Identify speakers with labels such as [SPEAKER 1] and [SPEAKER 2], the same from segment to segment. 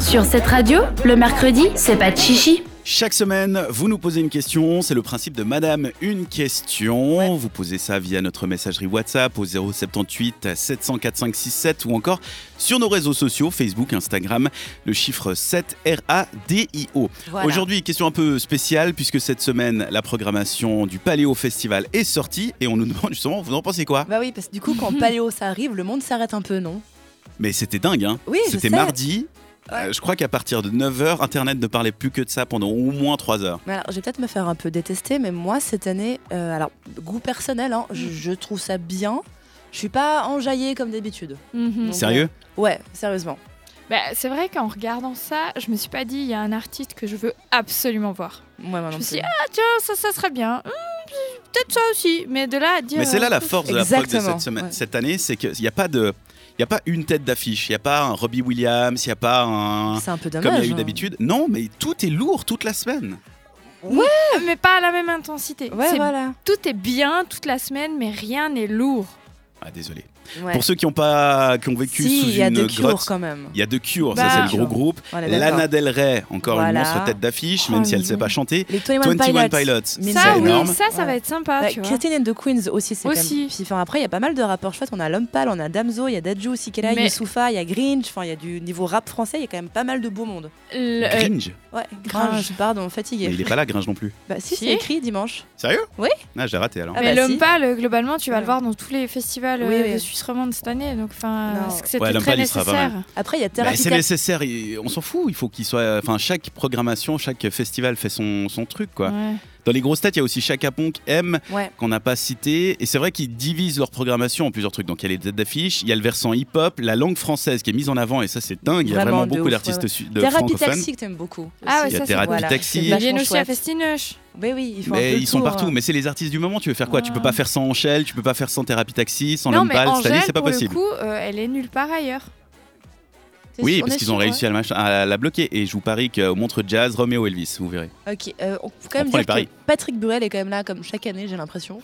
[SPEAKER 1] Sur cette radio, le mercredi, c'est pas de chichi.
[SPEAKER 2] Chaque semaine, vous nous posez une question. C'est le principe de Madame une question. Vous posez ça via notre messagerie WhatsApp au 078 700 4567 ou encore sur nos réseaux sociaux Facebook, Instagram, le chiffre 7 R A D I O.
[SPEAKER 3] Voilà.
[SPEAKER 2] Aujourd'hui, question un peu spéciale puisque cette semaine, la programmation du Paléo Festival est sortie et on nous demande justement, vous en pensez quoi
[SPEAKER 3] Bah oui, parce que du coup, quand Paléo ça arrive, le monde s'arrête un peu, non
[SPEAKER 2] Mais c'était dingue, hein
[SPEAKER 3] Oui, je
[SPEAKER 2] C'était
[SPEAKER 3] sais.
[SPEAKER 2] mardi.
[SPEAKER 3] Ouais.
[SPEAKER 2] Euh, je crois qu'à partir de 9h, Internet ne parlait plus que de ça pendant au moins 3 heures.
[SPEAKER 3] Mais alors, je vais peut-être me faire un peu détester, mais moi, cette année, euh, alors, goût personnel, hein, je, je trouve ça bien. Je suis pas enjaillée comme d'habitude.
[SPEAKER 4] Mhm.
[SPEAKER 3] Donc,
[SPEAKER 2] Sérieux
[SPEAKER 3] Ouais, sérieusement.
[SPEAKER 4] Bah, c'est vrai qu'en regardant ça, je me suis pas dit il y a un artiste que je veux absolument voir.
[SPEAKER 3] Moi, moi
[SPEAKER 4] Je
[SPEAKER 3] non
[SPEAKER 4] me suis dit,
[SPEAKER 3] plus.
[SPEAKER 4] ah tiens, ça, ça serait bien. Hmm, Peut-être ça aussi, mais de là à dire.
[SPEAKER 2] Mais c'est là la
[SPEAKER 4] euh,
[SPEAKER 2] force de la prog de
[SPEAKER 3] Exactement,
[SPEAKER 2] cette, semaine,
[SPEAKER 3] ouais.
[SPEAKER 2] cette année, c'est qu'il n'y a pas de, il y a pas une tête d'affiche, il n'y a pas un Robbie Williams, il n'y a pas un,
[SPEAKER 3] C'est un peu dommage.
[SPEAKER 2] comme il y a eu
[SPEAKER 3] hein.
[SPEAKER 2] d'habitude. Non, mais tout est lourd toute la semaine.
[SPEAKER 4] Ah, Mais pas à la même intensité.
[SPEAKER 3] Ouais,
[SPEAKER 4] C'est-
[SPEAKER 3] voilà.
[SPEAKER 4] Tout est bien toute la semaine, mais rien n'est lourd.
[SPEAKER 2] Ah désolé.
[SPEAKER 3] Ouais.
[SPEAKER 2] Pour ceux qui ont pas, qui ont vécu
[SPEAKER 3] si,
[SPEAKER 2] sous
[SPEAKER 3] il y a
[SPEAKER 2] une
[SPEAKER 3] deux cures
[SPEAKER 2] grotte.
[SPEAKER 3] quand même.
[SPEAKER 2] Il y a deux cures,
[SPEAKER 4] Bah.
[SPEAKER 2] ça c'est le gros
[SPEAKER 3] Cure.
[SPEAKER 2] groupe.
[SPEAKER 3] On est d'accord.
[SPEAKER 2] Lana Del Rey, encore une
[SPEAKER 3] Voilà.
[SPEAKER 2] monstre tête d'affiche,
[SPEAKER 4] Oh,
[SPEAKER 2] même si elle ne
[SPEAKER 4] mais
[SPEAKER 2] sait
[SPEAKER 4] non.
[SPEAKER 2] pas chanter.
[SPEAKER 3] Les 21,
[SPEAKER 2] 21
[SPEAKER 3] Pilots.
[SPEAKER 2] Pilots,
[SPEAKER 3] Mais
[SPEAKER 2] c'est
[SPEAKER 4] Ça, oui,
[SPEAKER 2] énorme.
[SPEAKER 4] ça, ça va
[SPEAKER 3] Ouais. Bah,
[SPEAKER 4] être sympa,
[SPEAKER 3] Ouais,
[SPEAKER 4] Ah, tu vois.
[SPEAKER 3] Christine and the Queens aussi, c'est quand même-
[SPEAKER 4] Aussi.
[SPEAKER 3] Puis, enfin, après, il y a pas mal de rappeurs chouettes. On a L'Homme Pâle, on a Damso, il y a Dadju aussi qui est là,
[SPEAKER 4] Mais-
[SPEAKER 3] Youssoufa, il y a Grinch. Enfin, il y a du niveau rap français, il y a quand même pas mal de beau monde.
[SPEAKER 4] Le- euh,
[SPEAKER 2] Gringe,
[SPEAKER 3] Ouais,
[SPEAKER 4] Gringe.
[SPEAKER 3] Gringe, pardon, fatigué.
[SPEAKER 2] mais il n'est pas là, Gringe non plus.
[SPEAKER 3] Bah si,
[SPEAKER 4] Si.
[SPEAKER 3] c'est écrit dimanche.
[SPEAKER 2] Sérieux
[SPEAKER 3] Oui.
[SPEAKER 2] Ah, j'ai raté alors.
[SPEAKER 3] Ah
[SPEAKER 4] mais
[SPEAKER 3] bah
[SPEAKER 4] l'homme
[SPEAKER 3] si.
[SPEAKER 4] pâle, globalement, tu vas
[SPEAKER 3] Ouais.
[SPEAKER 4] le voir dans tous les festivals euh,
[SPEAKER 3] Oui, oui.
[SPEAKER 4] de Suisse romande cette année. Donc, enfin,
[SPEAKER 3] Non.
[SPEAKER 4] parce que c'était
[SPEAKER 2] Ouais, l'homme
[SPEAKER 4] très
[SPEAKER 2] pâle, il sera pas mal.
[SPEAKER 4] nécessaire.
[SPEAKER 3] Après, il y a
[SPEAKER 2] Bah,
[SPEAKER 3] Thérapie
[SPEAKER 2] c'est
[SPEAKER 3] Tac-
[SPEAKER 2] nécessaire, il- on s'en fout, il faut qu'il soit. Enfin, chaque programmation, chaque festival fait son, son truc,
[SPEAKER 3] Mm.
[SPEAKER 2] quoi.
[SPEAKER 4] Ouais.
[SPEAKER 2] Dans
[SPEAKER 3] Bah,
[SPEAKER 2] les grosses têtes, il y a aussi Chaka Ponk, M,
[SPEAKER 3] Ouais.
[SPEAKER 2] qu'on n'a pas cité. Et c'est vrai qu'ils divisent leur programmation en plusieurs trucs. Donc, il y a les têtes d'affiche, il y a le versant hip-hop, la langue française qui est mise en avant, et ça, c'est dingue. Il y a
[SPEAKER 3] Vraiment
[SPEAKER 2] vraiment
[SPEAKER 3] de
[SPEAKER 2] beaucoup
[SPEAKER 3] ouf,
[SPEAKER 2] d'artistes
[SPEAKER 3] ouais,
[SPEAKER 2] su- de
[SPEAKER 3] Thérapie
[SPEAKER 2] francophones.
[SPEAKER 3] Taxi que t'aimes beaucoup.
[SPEAKER 4] Ah ouais,
[SPEAKER 2] Il y
[SPEAKER 4] ça,
[SPEAKER 2] a
[SPEAKER 4] c'est-
[SPEAKER 2] Thérapie
[SPEAKER 3] voilà,
[SPEAKER 2] Taxi.
[SPEAKER 3] c'est
[SPEAKER 4] Ils
[SPEAKER 3] vachement
[SPEAKER 4] viennent aussi à
[SPEAKER 3] chouette.
[SPEAKER 4] Festinoche.
[SPEAKER 3] Mais oui, ils font un
[SPEAKER 2] Mais
[SPEAKER 3] peu
[SPEAKER 2] ils sont
[SPEAKER 3] tour,
[SPEAKER 2] partout.
[SPEAKER 3] hein.
[SPEAKER 2] Mais c'est les artistes du moment. Tu veux faire quoi Tu peux
[SPEAKER 4] Ouais.
[SPEAKER 2] pas faire sans Angèle, tu peux pas faire sans Thérapie Taxi, sans
[SPEAKER 4] non,
[SPEAKER 2] L'Homme
[SPEAKER 4] mais
[SPEAKER 2] Pâle. Cette année,
[SPEAKER 4] Angèle,
[SPEAKER 2] c'est pas
[SPEAKER 4] pour
[SPEAKER 2] possible.
[SPEAKER 4] le coup, euh, elle est nulle part ailleurs.
[SPEAKER 3] C'est
[SPEAKER 2] Oui,
[SPEAKER 3] sûr, on
[SPEAKER 2] parce
[SPEAKER 3] est euh,
[SPEAKER 2] qu'ils ont
[SPEAKER 3] sûr,
[SPEAKER 2] réussi à, le mach- à la bloquer. Et je vous parie qu'au montre jazz, Roméo Elvis, vous verrez.
[SPEAKER 3] ouais. Ok, euh, on peut quand même
[SPEAKER 2] prend les
[SPEAKER 3] dire
[SPEAKER 2] paris.
[SPEAKER 3] que Patrick Burel est quand même là comme chaque année, j'ai l'impression.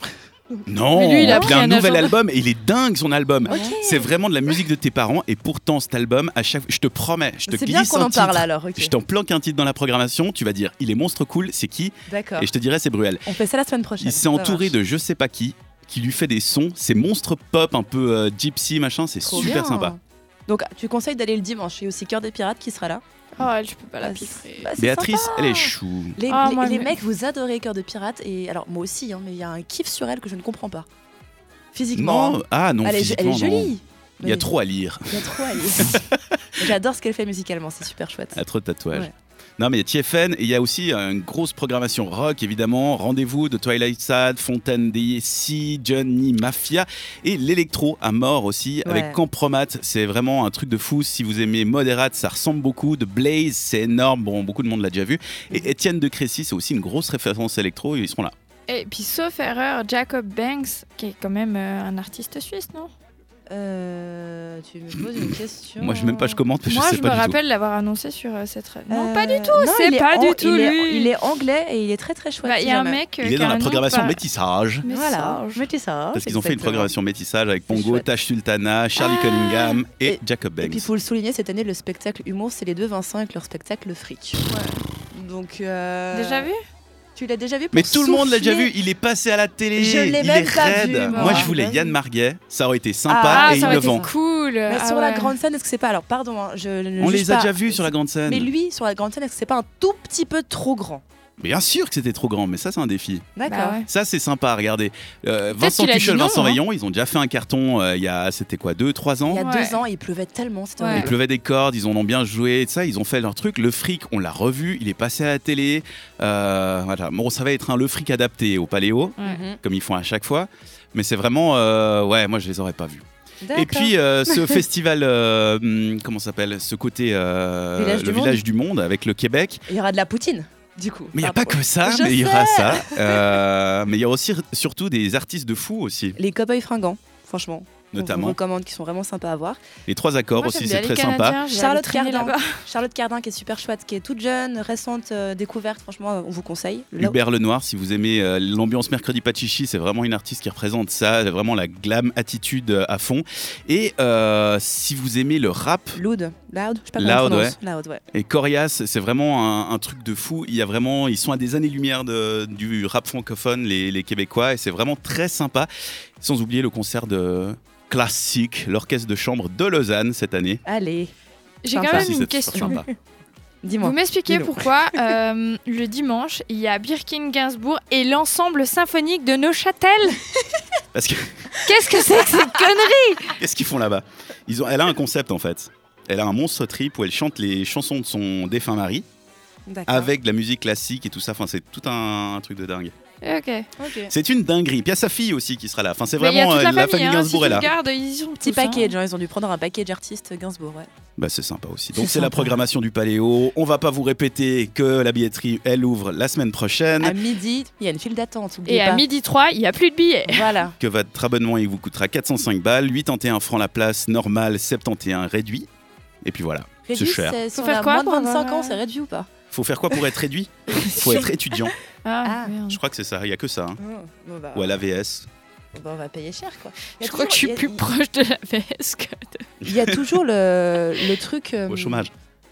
[SPEAKER 2] Non,
[SPEAKER 4] Mais lui, il a
[SPEAKER 2] puis
[SPEAKER 4] pris
[SPEAKER 2] un
[SPEAKER 4] un
[SPEAKER 2] nouvel
[SPEAKER 4] agenda.
[SPEAKER 2] album et il est dingue son album.
[SPEAKER 4] Ah bon
[SPEAKER 2] C'est vraiment de la musique de tes parents et pourtant cet album, à chaque, je te promets, je te
[SPEAKER 3] C'est bien
[SPEAKER 2] glisse
[SPEAKER 3] qu'on
[SPEAKER 2] un
[SPEAKER 3] en parle
[SPEAKER 2] titre.
[SPEAKER 3] alors. ok.
[SPEAKER 2] Je t'en planque un titre dans la programmation, tu vas dire il est monstre cool, c'est qui
[SPEAKER 3] D'accord.
[SPEAKER 2] Et je te dirai c'est Bruel.
[SPEAKER 3] On fait ça la semaine prochaine.
[SPEAKER 2] Il s'est
[SPEAKER 3] ça
[SPEAKER 2] entouré
[SPEAKER 3] marche.
[SPEAKER 2] de je sais pas qui qui lui fait des sons, c'est monstre pop un peu euh, gypsy machin, c'est
[SPEAKER 3] Trop
[SPEAKER 2] super
[SPEAKER 3] bien. Ah,
[SPEAKER 2] sympa.
[SPEAKER 3] Donc tu conseilles d'aller le dimanche. Il y a aussi Cœur des Pirates qui sera là.
[SPEAKER 4] Oh, elle, je peux pas la
[SPEAKER 3] Bah,
[SPEAKER 4] piffrer.
[SPEAKER 3] Bah, c'est
[SPEAKER 2] Béatrice,
[SPEAKER 3] sympa.
[SPEAKER 2] elle est chou.
[SPEAKER 3] Les,
[SPEAKER 4] Ah,
[SPEAKER 3] les-
[SPEAKER 4] moi,
[SPEAKER 3] les
[SPEAKER 4] mais-
[SPEAKER 3] mecs, vous adorez Cœur de Pirate. Et alors, moi aussi, hein, mais il y a un kiff sur elle que je ne comprends pas. Physiquement. hein.
[SPEAKER 2] Non, ah non,
[SPEAKER 3] elle, est, elle
[SPEAKER 2] physiquement
[SPEAKER 3] est
[SPEAKER 2] non.
[SPEAKER 3] jolie.
[SPEAKER 2] Il y a
[SPEAKER 3] Mais-
[SPEAKER 2] trop à lire,
[SPEAKER 3] Il y a trop à lire. J'adore ce qu'elle fait musicalement, c'est super chouette.
[SPEAKER 2] il y a trop de tatouages.
[SPEAKER 3] Ouais.
[SPEAKER 2] Non mais il y a TFN et il y a aussi euh, une grosse programmation rock évidemment, rendez-vous de Twilight Sad, Fontaine DC, Johnny Mafia et l'électro à mort aussi avec
[SPEAKER 3] Ouais.
[SPEAKER 2] Compromat, c'est vraiment un truc de fou si vous aimez Moderate, ça ressemble beaucoup de Blaze, c'est énorme, bon beaucoup de monde l'a déjà vu
[SPEAKER 3] Mm.
[SPEAKER 2] et Étienne de Crécy, c'est aussi une grosse référence électro, ils seront là.
[SPEAKER 4] Et Eh, puis, sauf erreur, Jacob Banks, qui est quand même euh, un artiste suisse, non
[SPEAKER 3] Euh, tu me poses une question.
[SPEAKER 2] Moi je même pas je commente, parce que
[SPEAKER 4] Moi,
[SPEAKER 2] je sais
[SPEAKER 4] je, me
[SPEAKER 2] pas du tout.
[SPEAKER 4] rappelle l'avoir annoncé sur euh, cette. ra- Non,
[SPEAKER 3] Euh,
[SPEAKER 4] pas du tout.
[SPEAKER 3] non,
[SPEAKER 4] c'est
[SPEAKER 3] il est
[SPEAKER 4] pas
[SPEAKER 3] an-
[SPEAKER 4] du tout
[SPEAKER 3] il est,
[SPEAKER 4] lui.
[SPEAKER 3] Il est anglais et il est très très chouette.
[SPEAKER 4] Bah, Il y a un
[SPEAKER 3] si jamais.
[SPEAKER 4] mec. euh,
[SPEAKER 2] Il est
[SPEAKER 4] qui a
[SPEAKER 2] dans la
[SPEAKER 4] un nom
[SPEAKER 2] programmation
[SPEAKER 4] par-
[SPEAKER 2] métissage.
[SPEAKER 4] Mais
[SPEAKER 3] Voilà,
[SPEAKER 4] ça,
[SPEAKER 3] mettez ça.
[SPEAKER 2] Parce qu'ils ont fait une
[SPEAKER 3] exactement.
[SPEAKER 2] programmation métissage avec
[SPEAKER 3] Oh, C'est
[SPEAKER 2] Pongo,
[SPEAKER 3] chouette.
[SPEAKER 2] Tash Sultana, Charlie
[SPEAKER 4] Ah
[SPEAKER 2] Cunningham et,
[SPEAKER 3] Et-
[SPEAKER 2] Jacob
[SPEAKER 3] Et
[SPEAKER 2] Banks.
[SPEAKER 3] puis faut le souligner, cette année, le spectacle humour, c'est les deux Vincent avec leur spectacle Le Fric. Donc. euh,
[SPEAKER 4] Déjà vu
[SPEAKER 3] Tu l'as déjà vu pour
[SPEAKER 2] Mais tout le monde l'a déjà
[SPEAKER 3] souffler.
[SPEAKER 2] vu, il est passé à la télé.
[SPEAKER 3] Je l'ai
[SPEAKER 2] il
[SPEAKER 3] même
[SPEAKER 2] est
[SPEAKER 3] pas vu,
[SPEAKER 2] raide.
[SPEAKER 3] moi.
[SPEAKER 2] je voulais Yann Marguet, ça aurait été sympa
[SPEAKER 3] Ah,
[SPEAKER 2] et il
[SPEAKER 4] ça aurait
[SPEAKER 2] le
[SPEAKER 4] été
[SPEAKER 2] vend.
[SPEAKER 4] cool.
[SPEAKER 3] Mais
[SPEAKER 4] Ah
[SPEAKER 3] Bah, sur la
[SPEAKER 4] ouais.
[SPEAKER 3] grande scène, est-ce que c'est pas. Alors, pardon, hein, je ne
[SPEAKER 2] On
[SPEAKER 3] juge
[SPEAKER 2] les a
[SPEAKER 3] pas.
[SPEAKER 2] déjà vus sur la grande scène.
[SPEAKER 3] Mais lui, sur la grande scène, est-ce que c'est pas un tout petit peu trop grand
[SPEAKER 2] Bien sûr que c'était trop grand, mais ça c'est un défi.
[SPEAKER 3] D'accord.
[SPEAKER 4] Bah ouais.
[SPEAKER 2] Ça c'est sympa à regarder. Euh, Vincent
[SPEAKER 4] qu'il a dit
[SPEAKER 2] Tuchel,
[SPEAKER 4] non,
[SPEAKER 2] Vincent
[SPEAKER 4] hein.
[SPEAKER 2] Rayon, ils ont déjà fait un carton euh, il y a, c'était quoi, 2-3 ans
[SPEAKER 3] Il y a
[SPEAKER 4] Ouais.
[SPEAKER 3] deux ans, il pleuvait tellement, c'était
[SPEAKER 4] Ouais.
[SPEAKER 2] Il
[SPEAKER 3] horrible.
[SPEAKER 2] pleuvait des cordes, ils en ont bien joué, et ça, ils ont fait leur truc. Le fric, on l'a revu, il est passé à la télé. Euh, voilà. Bon, ça va être un le fric adapté au paléo,
[SPEAKER 4] Ouais.
[SPEAKER 3] Mhm.
[SPEAKER 2] comme ils font à chaque fois. Mais c'est vraiment, euh, ouais, moi je les aurais pas vus. Et
[SPEAKER 3] D'accord.
[SPEAKER 2] puis euh, ce festival, euh, hum, comment ça s'appelle Ce côté, euh,
[SPEAKER 3] Village
[SPEAKER 2] le
[SPEAKER 3] du monde.
[SPEAKER 2] village du monde avec le Québec.
[SPEAKER 3] il y aura de la poutine, du coup.
[SPEAKER 2] Mais il n'y a pas
[SPEAKER 3] Pardon.
[SPEAKER 2] que ça,
[SPEAKER 3] Je
[SPEAKER 2] mais il y aura ça. Euh, mais il y a aussi surtout des artistes de fous aussi.
[SPEAKER 3] Les cow-boys fringants, franchement. On vous
[SPEAKER 2] notamment.
[SPEAKER 3] recommande, qui sont vraiment sympas à voir.
[SPEAKER 2] Les trois accords
[SPEAKER 4] Moi,
[SPEAKER 2] aussi,
[SPEAKER 4] j'aime
[SPEAKER 2] c'est très
[SPEAKER 4] bien les
[SPEAKER 2] sympa.
[SPEAKER 4] Canadiens, j'ai
[SPEAKER 3] Charlotte
[SPEAKER 4] allé traîner
[SPEAKER 3] Cardin.
[SPEAKER 4] là-bas.
[SPEAKER 3] Charlotte Cardin, qui est super chouette, qui est toute jeune, récente euh, découverte. Franchement, on vous conseille. Là-
[SPEAKER 2] Hubert Lenoir, si vous aimez euh, l'ambiance mercredi pas de chichi, c'est vraiment une artiste qui représente ça, vraiment la glam attitude euh, à fond. Et euh, si vous aimez le rap
[SPEAKER 3] Loud, loud, je sais pas comment
[SPEAKER 2] Loud,
[SPEAKER 3] on prononce. Loud, ouais.
[SPEAKER 2] et Corias, c'est vraiment un, un truc de fou. Il y a vraiment, ils sont à des années-lumière de- du rap francophone, les, les Québécois, et c'est vraiment très sympa. Sans oublier le concert de classique, l'orchestre de chambre de Lausanne cette année.
[SPEAKER 3] Allez,
[SPEAKER 4] J'ai
[SPEAKER 3] Sympa.
[SPEAKER 4] quand
[SPEAKER 2] Ça
[SPEAKER 4] même
[SPEAKER 2] aussi,
[SPEAKER 4] Ah, une
[SPEAKER 2] c'est
[SPEAKER 4] question.
[SPEAKER 2] sympa.
[SPEAKER 3] dis-moi.
[SPEAKER 4] Vous m'expliquez
[SPEAKER 3] Dis-nous.
[SPEAKER 4] pourquoi euh, le dimanche, il y a Birkin Gainsbourg et l'ensemble symphonique de Neuchâtel
[SPEAKER 2] Parce que
[SPEAKER 4] Qu'est-ce que c'est que ces conneries
[SPEAKER 2] Qu'est-ce qu'ils font là-bas Ils ont, Elle a un concept en fait. Elle a un monstre trip où elle chante les chansons de son défunt mari
[SPEAKER 3] D'accord.
[SPEAKER 2] avec de la musique classique et tout ça. Enfin, c'est tout un, un truc de dingue.
[SPEAKER 4] Ok.
[SPEAKER 3] Ok.
[SPEAKER 2] C'est une dinguerie. Puis il y a sa fille aussi qui sera là. Enfin, c'est
[SPEAKER 4] Mais il y a
[SPEAKER 2] vraiment
[SPEAKER 4] toute
[SPEAKER 2] euh,
[SPEAKER 4] la famille, hein,
[SPEAKER 2] Gainsbourg
[SPEAKER 4] si
[SPEAKER 2] est
[SPEAKER 4] tu
[SPEAKER 2] là.
[SPEAKER 4] regardes, ils ont
[SPEAKER 3] Petit
[SPEAKER 4] tous, hein.
[SPEAKER 3] package, hein, ils ont dû prendre un package artiste Gainsbourg, ouais.
[SPEAKER 2] Bah, c'est sympa aussi.
[SPEAKER 3] C'est
[SPEAKER 2] Donc c'est la
[SPEAKER 3] sympa.
[SPEAKER 2] programmation du Paléo. On va pas vous répéter que la billetterie elle ouvre la semaine prochaine.
[SPEAKER 3] À midi, il y a une file d'attente, oubliez
[SPEAKER 4] Et
[SPEAKER 3] pas.
[SPEAKER 4] à midi 3, il n'y a plus de billets.
[SPEAKER 3] Voilà.
[SPEAKER 2] Que votre abonnement il vous coûtera 405 balles, 81 francs la place, normal 71 réduit. Et puis voilà.
[SPEAKER 3] Réduit,
[SPEAKER 2] cher.
[SPEAKER 3] c'est- Si
[SPEAKER 4] Faut
[SPEAKER 3] on
[SPEAKER 4] faire
[SPEAKER 3] a moins
[SPEAKER 4] quoi
[SPEAKER 3] de
[SPEAKER 4] pour
[SPEAKER 3] 25
[SPEAKER 4] avoir,
[SPEAKER 3] ans,
[SPEAKER 4] euh,
[SPEAKER 3] c'est réduit ou pas
[SPEAKER 2] Faut faire quoi pour être réduit Faut être étudiant.
[SPEAKER 4] Ah,
[SPEAKER 3] Ah.
[SPEAKER 4] merde.
[SPEAKER 2] Je crois que c'est ça. Il y a que ça. hein.
[SPEAKER 3] Bon, bah,
[SPEAKER 2] Ou à l'AVS.
[SPEAKER 3] bah, on va payer cher, quoi. Il y a
[SPEAKER 4] Je
[SPEAKER 3] toujours-
[SPEAKER 4] crois que je suis
[SPEAKER 3] il y a-
[SPEAKER 4] plus proche de la VS que
[SPEAKER 3] Il y a toujours le, le truc. euh,
[SPEAKER 2] Au chômage.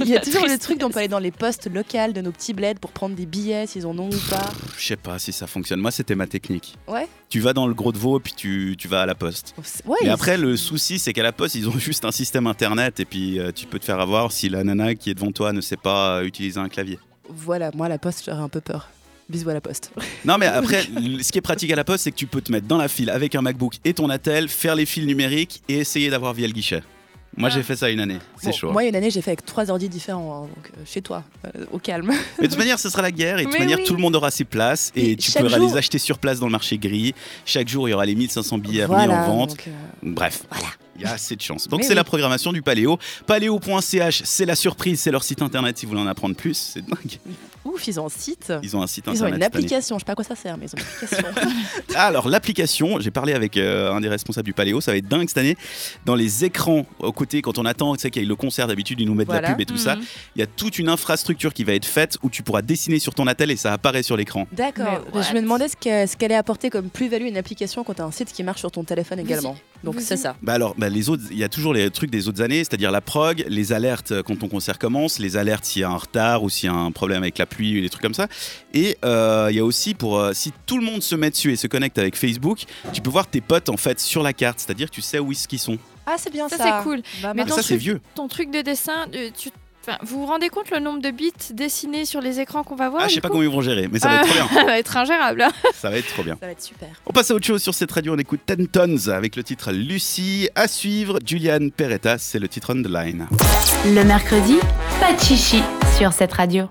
[SPEAKER 3] Il y a
[SPEAKER 4] La
[SPEAKER 3] toujours le
[SPEAKER 4] tristesse.
[SPEAKER 3] truc d'on peut aller dans les postes locales de nos petits bleds pour prendre des billets s'ils en ont ou pas.
[SPEAKER 2] Je sais pas si ça fonctionne. Moi, c'était ma technique.
[SPEAKER 3] Ouais.
[SPEAKER 2] Tu vas dans le gros de veau, puis tu, tu vas à la poste.
[SPEAKER 3] Ouais,
[SPEAKER 2] Mais
[SPEAKER 3] ils-
[SPEAKER 2] après, le souci, c'est qu'à la poste, ils ont juste un système internet, et puis euh, tu peux te faire avoir si la nana qui est devant toi ne sait pas euh, utiliser un clavier.
[SPEAKER 3] Voilà, moi à la poste, j'aurais un peu peur. Bisous à la poste.
[SPEAKER 2] Non, mais après, l- ce qui est pratique à la poste, c'est que tu peux te mettre dans la file avec un MacBook et ton attel, faire les fils numériques et essayer d'avoir via le guichet. Moi,
[SPEAKER 4] Ah.
[SPEAKER 2] j'ai fait ça une année. C'est
[SPEAKER 3] Bon,
[SPEAKER 2] chaud.
[SPEAKER 3] Moi, il y a une année, j'ai fait avec trois ordi différents, hein, donc euh, chez toi, euh, au calme.
[SPEAKER 2] Mais de toute manière, ce sera la guerre, et de toute
[SPEAKER 4] Mais
[SPEAKER 2] manière,
[SPEAKER 4] oui.
[SPEAKER 2] tout le monde aura ses places, et
[SPEAKER 3] Et
[SPEAKER 2] tu
[SPEAKER 3] chaque
[SPEAKER 2] pourras
[SPEAKER 3] jour-
[SPEAKER 2] les acheter sur place dans le marché gris. Chaque jour, il y aura les 1500 billets à venir
[SPEAKER 3] voilà,
[SPEAKER 2] en vente.
[SPEAKER 3] donc, euh,
[SPEAKER 2] Bref, Il y a assez de chance. Donc
[SPEAKER 3] Mais
[SPEAKER 2] c'est
[SPEAKER 3] oui.
[SPEAKER 2] la programmation du Paléo. Paléo.ch, c'est la surprise, c'est leur site internet si vous voulez en apprendre plus. C'est dingue.
[SPEAKER 3] ouf, ils ont un site.
[SPEAKER 2] Ils ont un site
[SPEAKER 3] Ils
[SPEAKER 2] internet.
[SPEAKER 3] ont une
[SPEAKER 2] cette année.
[SPEAKER 3] application, je sais pas à quoi ça sert, mais ils ont une application.
[SPEAKER 2] Alors l'application, j'ai parlé avec euh, un des responsables du Paléo, ça va être dingue cette année. Dans les écrans aux côtés, quand on attend, tu sais qu'il y a le concert d'habitude, ils nous mettent de la
[SPEAKER 3] Voilà.
[SPEAKER 2] pub et tout ça.
[SPEAKER 4] Mhm.
[SPEAKER 2] Il y a toute une infrastructure qui va être faite où tu pourras dessiner sur ton attel et ça apparaît sur l'écran.
[SPEAKER 4] Mais
[SPEAKER 3] D'accord.
[SPEAKER 4] what
[SPEAKER 3] Je me demandais ce que- ce qu'elle allait apporter comme plus-value une application quand t'as un site qui marche sur ton téléphone
[SPEAKER 4] Vous y-
[SPEAKER 3] également. Donc
[SPEAKER 4] vous
[SPEAKER 3] c'est
[SPEAKER 4] y-
[SPEAKER 3] ça.
[SPEAKER 2] Bah alors, bah les autres, il y a toujours les trucs des autres années, c'est-à-dire la prog, les alertes euh, quand ton concert commence, les alertes s'il y a un retard ou s'il y a un problème avec la pluie, des trucs comme ça. Et euh, il y a aussi pour euh, si tout le monde se met dessus et se connecte avec Facebook, tu peux voir tes potes en fait sur la carte, c'est-à-dire tu sais où est-ce qu'ils sont.
[SPEAKER 3] Ah, c'est bien
[SPEAKER 4] Ça,
[SPEAKER 3] ça.
[SPEAKER 4] c'est cool.
[SPEAKER 3] Bah,
[SPEAKER 4] Mais
[SPEAKER 2] Mais
[SPEAKER 4] ton
[SPEAKER 2] ça c'est
[SPEAKER 4] truc-
[SPEAKER 2] vieux.
[SPEAKER 4] Ton truc de dessin, euh, tu... enfin, vous vous rendez compte le nombre de bits dessinés sur les écrans qu'on va voir
[SPEAKER 2] ah, je sais
[SPEAKER 4] du
[SPEAKER 2] pas
[SPEAKER 4] coup
[SPEAKER 2] comment ils vont gérer, mais ça va
[SPEAKER 4] Ah.
[SPEAKER 2] être trop bien.
[SPEAKER 4] Ça va être ingérable. hein.
[SPEAKER 2] Ça va être trop bien.
[SPEAKER 3] ça va être super.
[SPEAKER 2] On passe à autre chose sur cette radio. On écoute Ten Tons avec le titre Lucie. À suivre, Julian Peretta, c'est le titre on the line.
[SPEAKER 1] Le mercredi, pas de chichi sur cette radio.